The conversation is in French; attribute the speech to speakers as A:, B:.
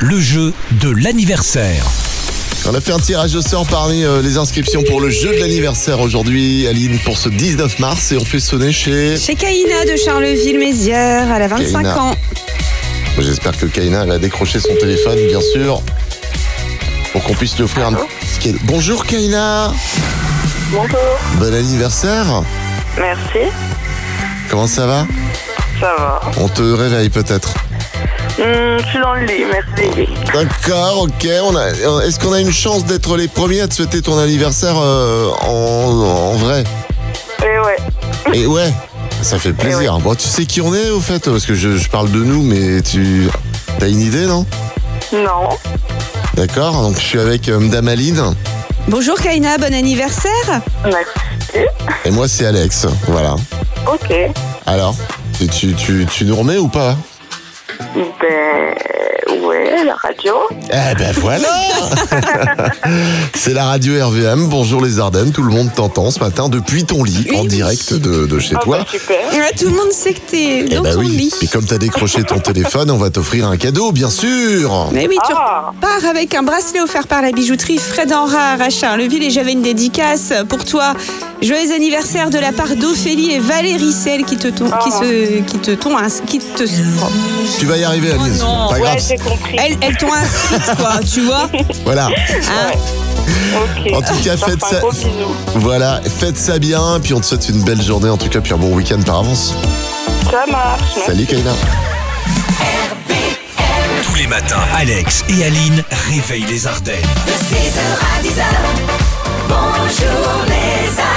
A: le jeu de l'anniversaire.
B: On a fait un tirage au sort parmi euh, les inscriptions pour le jeu de l'anniversaire aujourd'hui, Aline, pour ce 19 mars. Et on fait sonner chez...
C: Chez Kaina de Charleville-Mézières, elle a 25
B: Kaina.
C: ans.
B: J'espère que Kaina, elle a décroché son téléphone, bien sûr, pour qu'on puisse lui offrir un... ticket. Bonjour Kaina
D: Bonjour,
B: Bon anniversaire
D: merci,
B: Comment ça va
D: ça va.
B: On te réveille peut-être
D: Hmm, je suis dans le lit, merci.
B: D'accord, ok. On a- Est-ce qu'on a une chance d'être les premiers à te souhaiter ton anniversaire euh, en, en vrai
D: Et Eh ouais,
B: Et ouais, ça fait plaisir. Bon, tu sais qui on est au fait Parce que je, je parle de nous, mais tu as une idée, non
D: non,
B: D'accord, donc je suis avec euh, Madame Aline,
C: Bonjour Kaina, bon anniversaire.
D: merci.
B: et moi c'est Alex, voilà.
D: Ok,
B: Alors, tu, tu, tu, tu nous remets ou pas
D: ben ouais, la radio.
B: Eh ben voilà C'est la radio RVM, bonjour les Ardennes, tout le monde t'entend ce matin depuis ton lit, en
C: Oui.
B: direct de, de chez
D: Ah
B: toi.
D: bah super,
C: Ouais, tout le monde sait que t'es
B: Eh
C: dans
B: ben
C: ton lit.
B: Et comme t'as décroché ton téléphone, on va t'offrir un cadeau, bien sûr
C: Mais oui, tu
D: Ah.
C: repars avec un bracelet offert par la bijouterie Fred Enrard à Charleville et j'avais une dédicace pour toi. Joyeux anniversaire de la part d'Ophélie et Valérie Celle qui te ton- qui
D: Ah. Oh.
C: se qui te ton- qui te
B: Tu vas y arriver, Aline,
C: Oh non.
B: pas
D: ouais,
B: grave.
D: j'ai compris.
C: elles elles t'ont inscrite quoi, tu vois.
B: Voilà,
C: Hein
D: Ok,
B: En tout cas,
D: Je leur
B: faites
D: fais
B: ça-
D: Un gros bisou.
B: voilà, faites ça bien, puis on te souhaite une belle journée, en tout cas, puis un bon week-end par avance.
D: Ça marche,
B: Salut Kaina
A: Tous les matins, Alex et Aline réveillent les Ardennes.
E: De 6h à 10h, bonjour les Ardennes.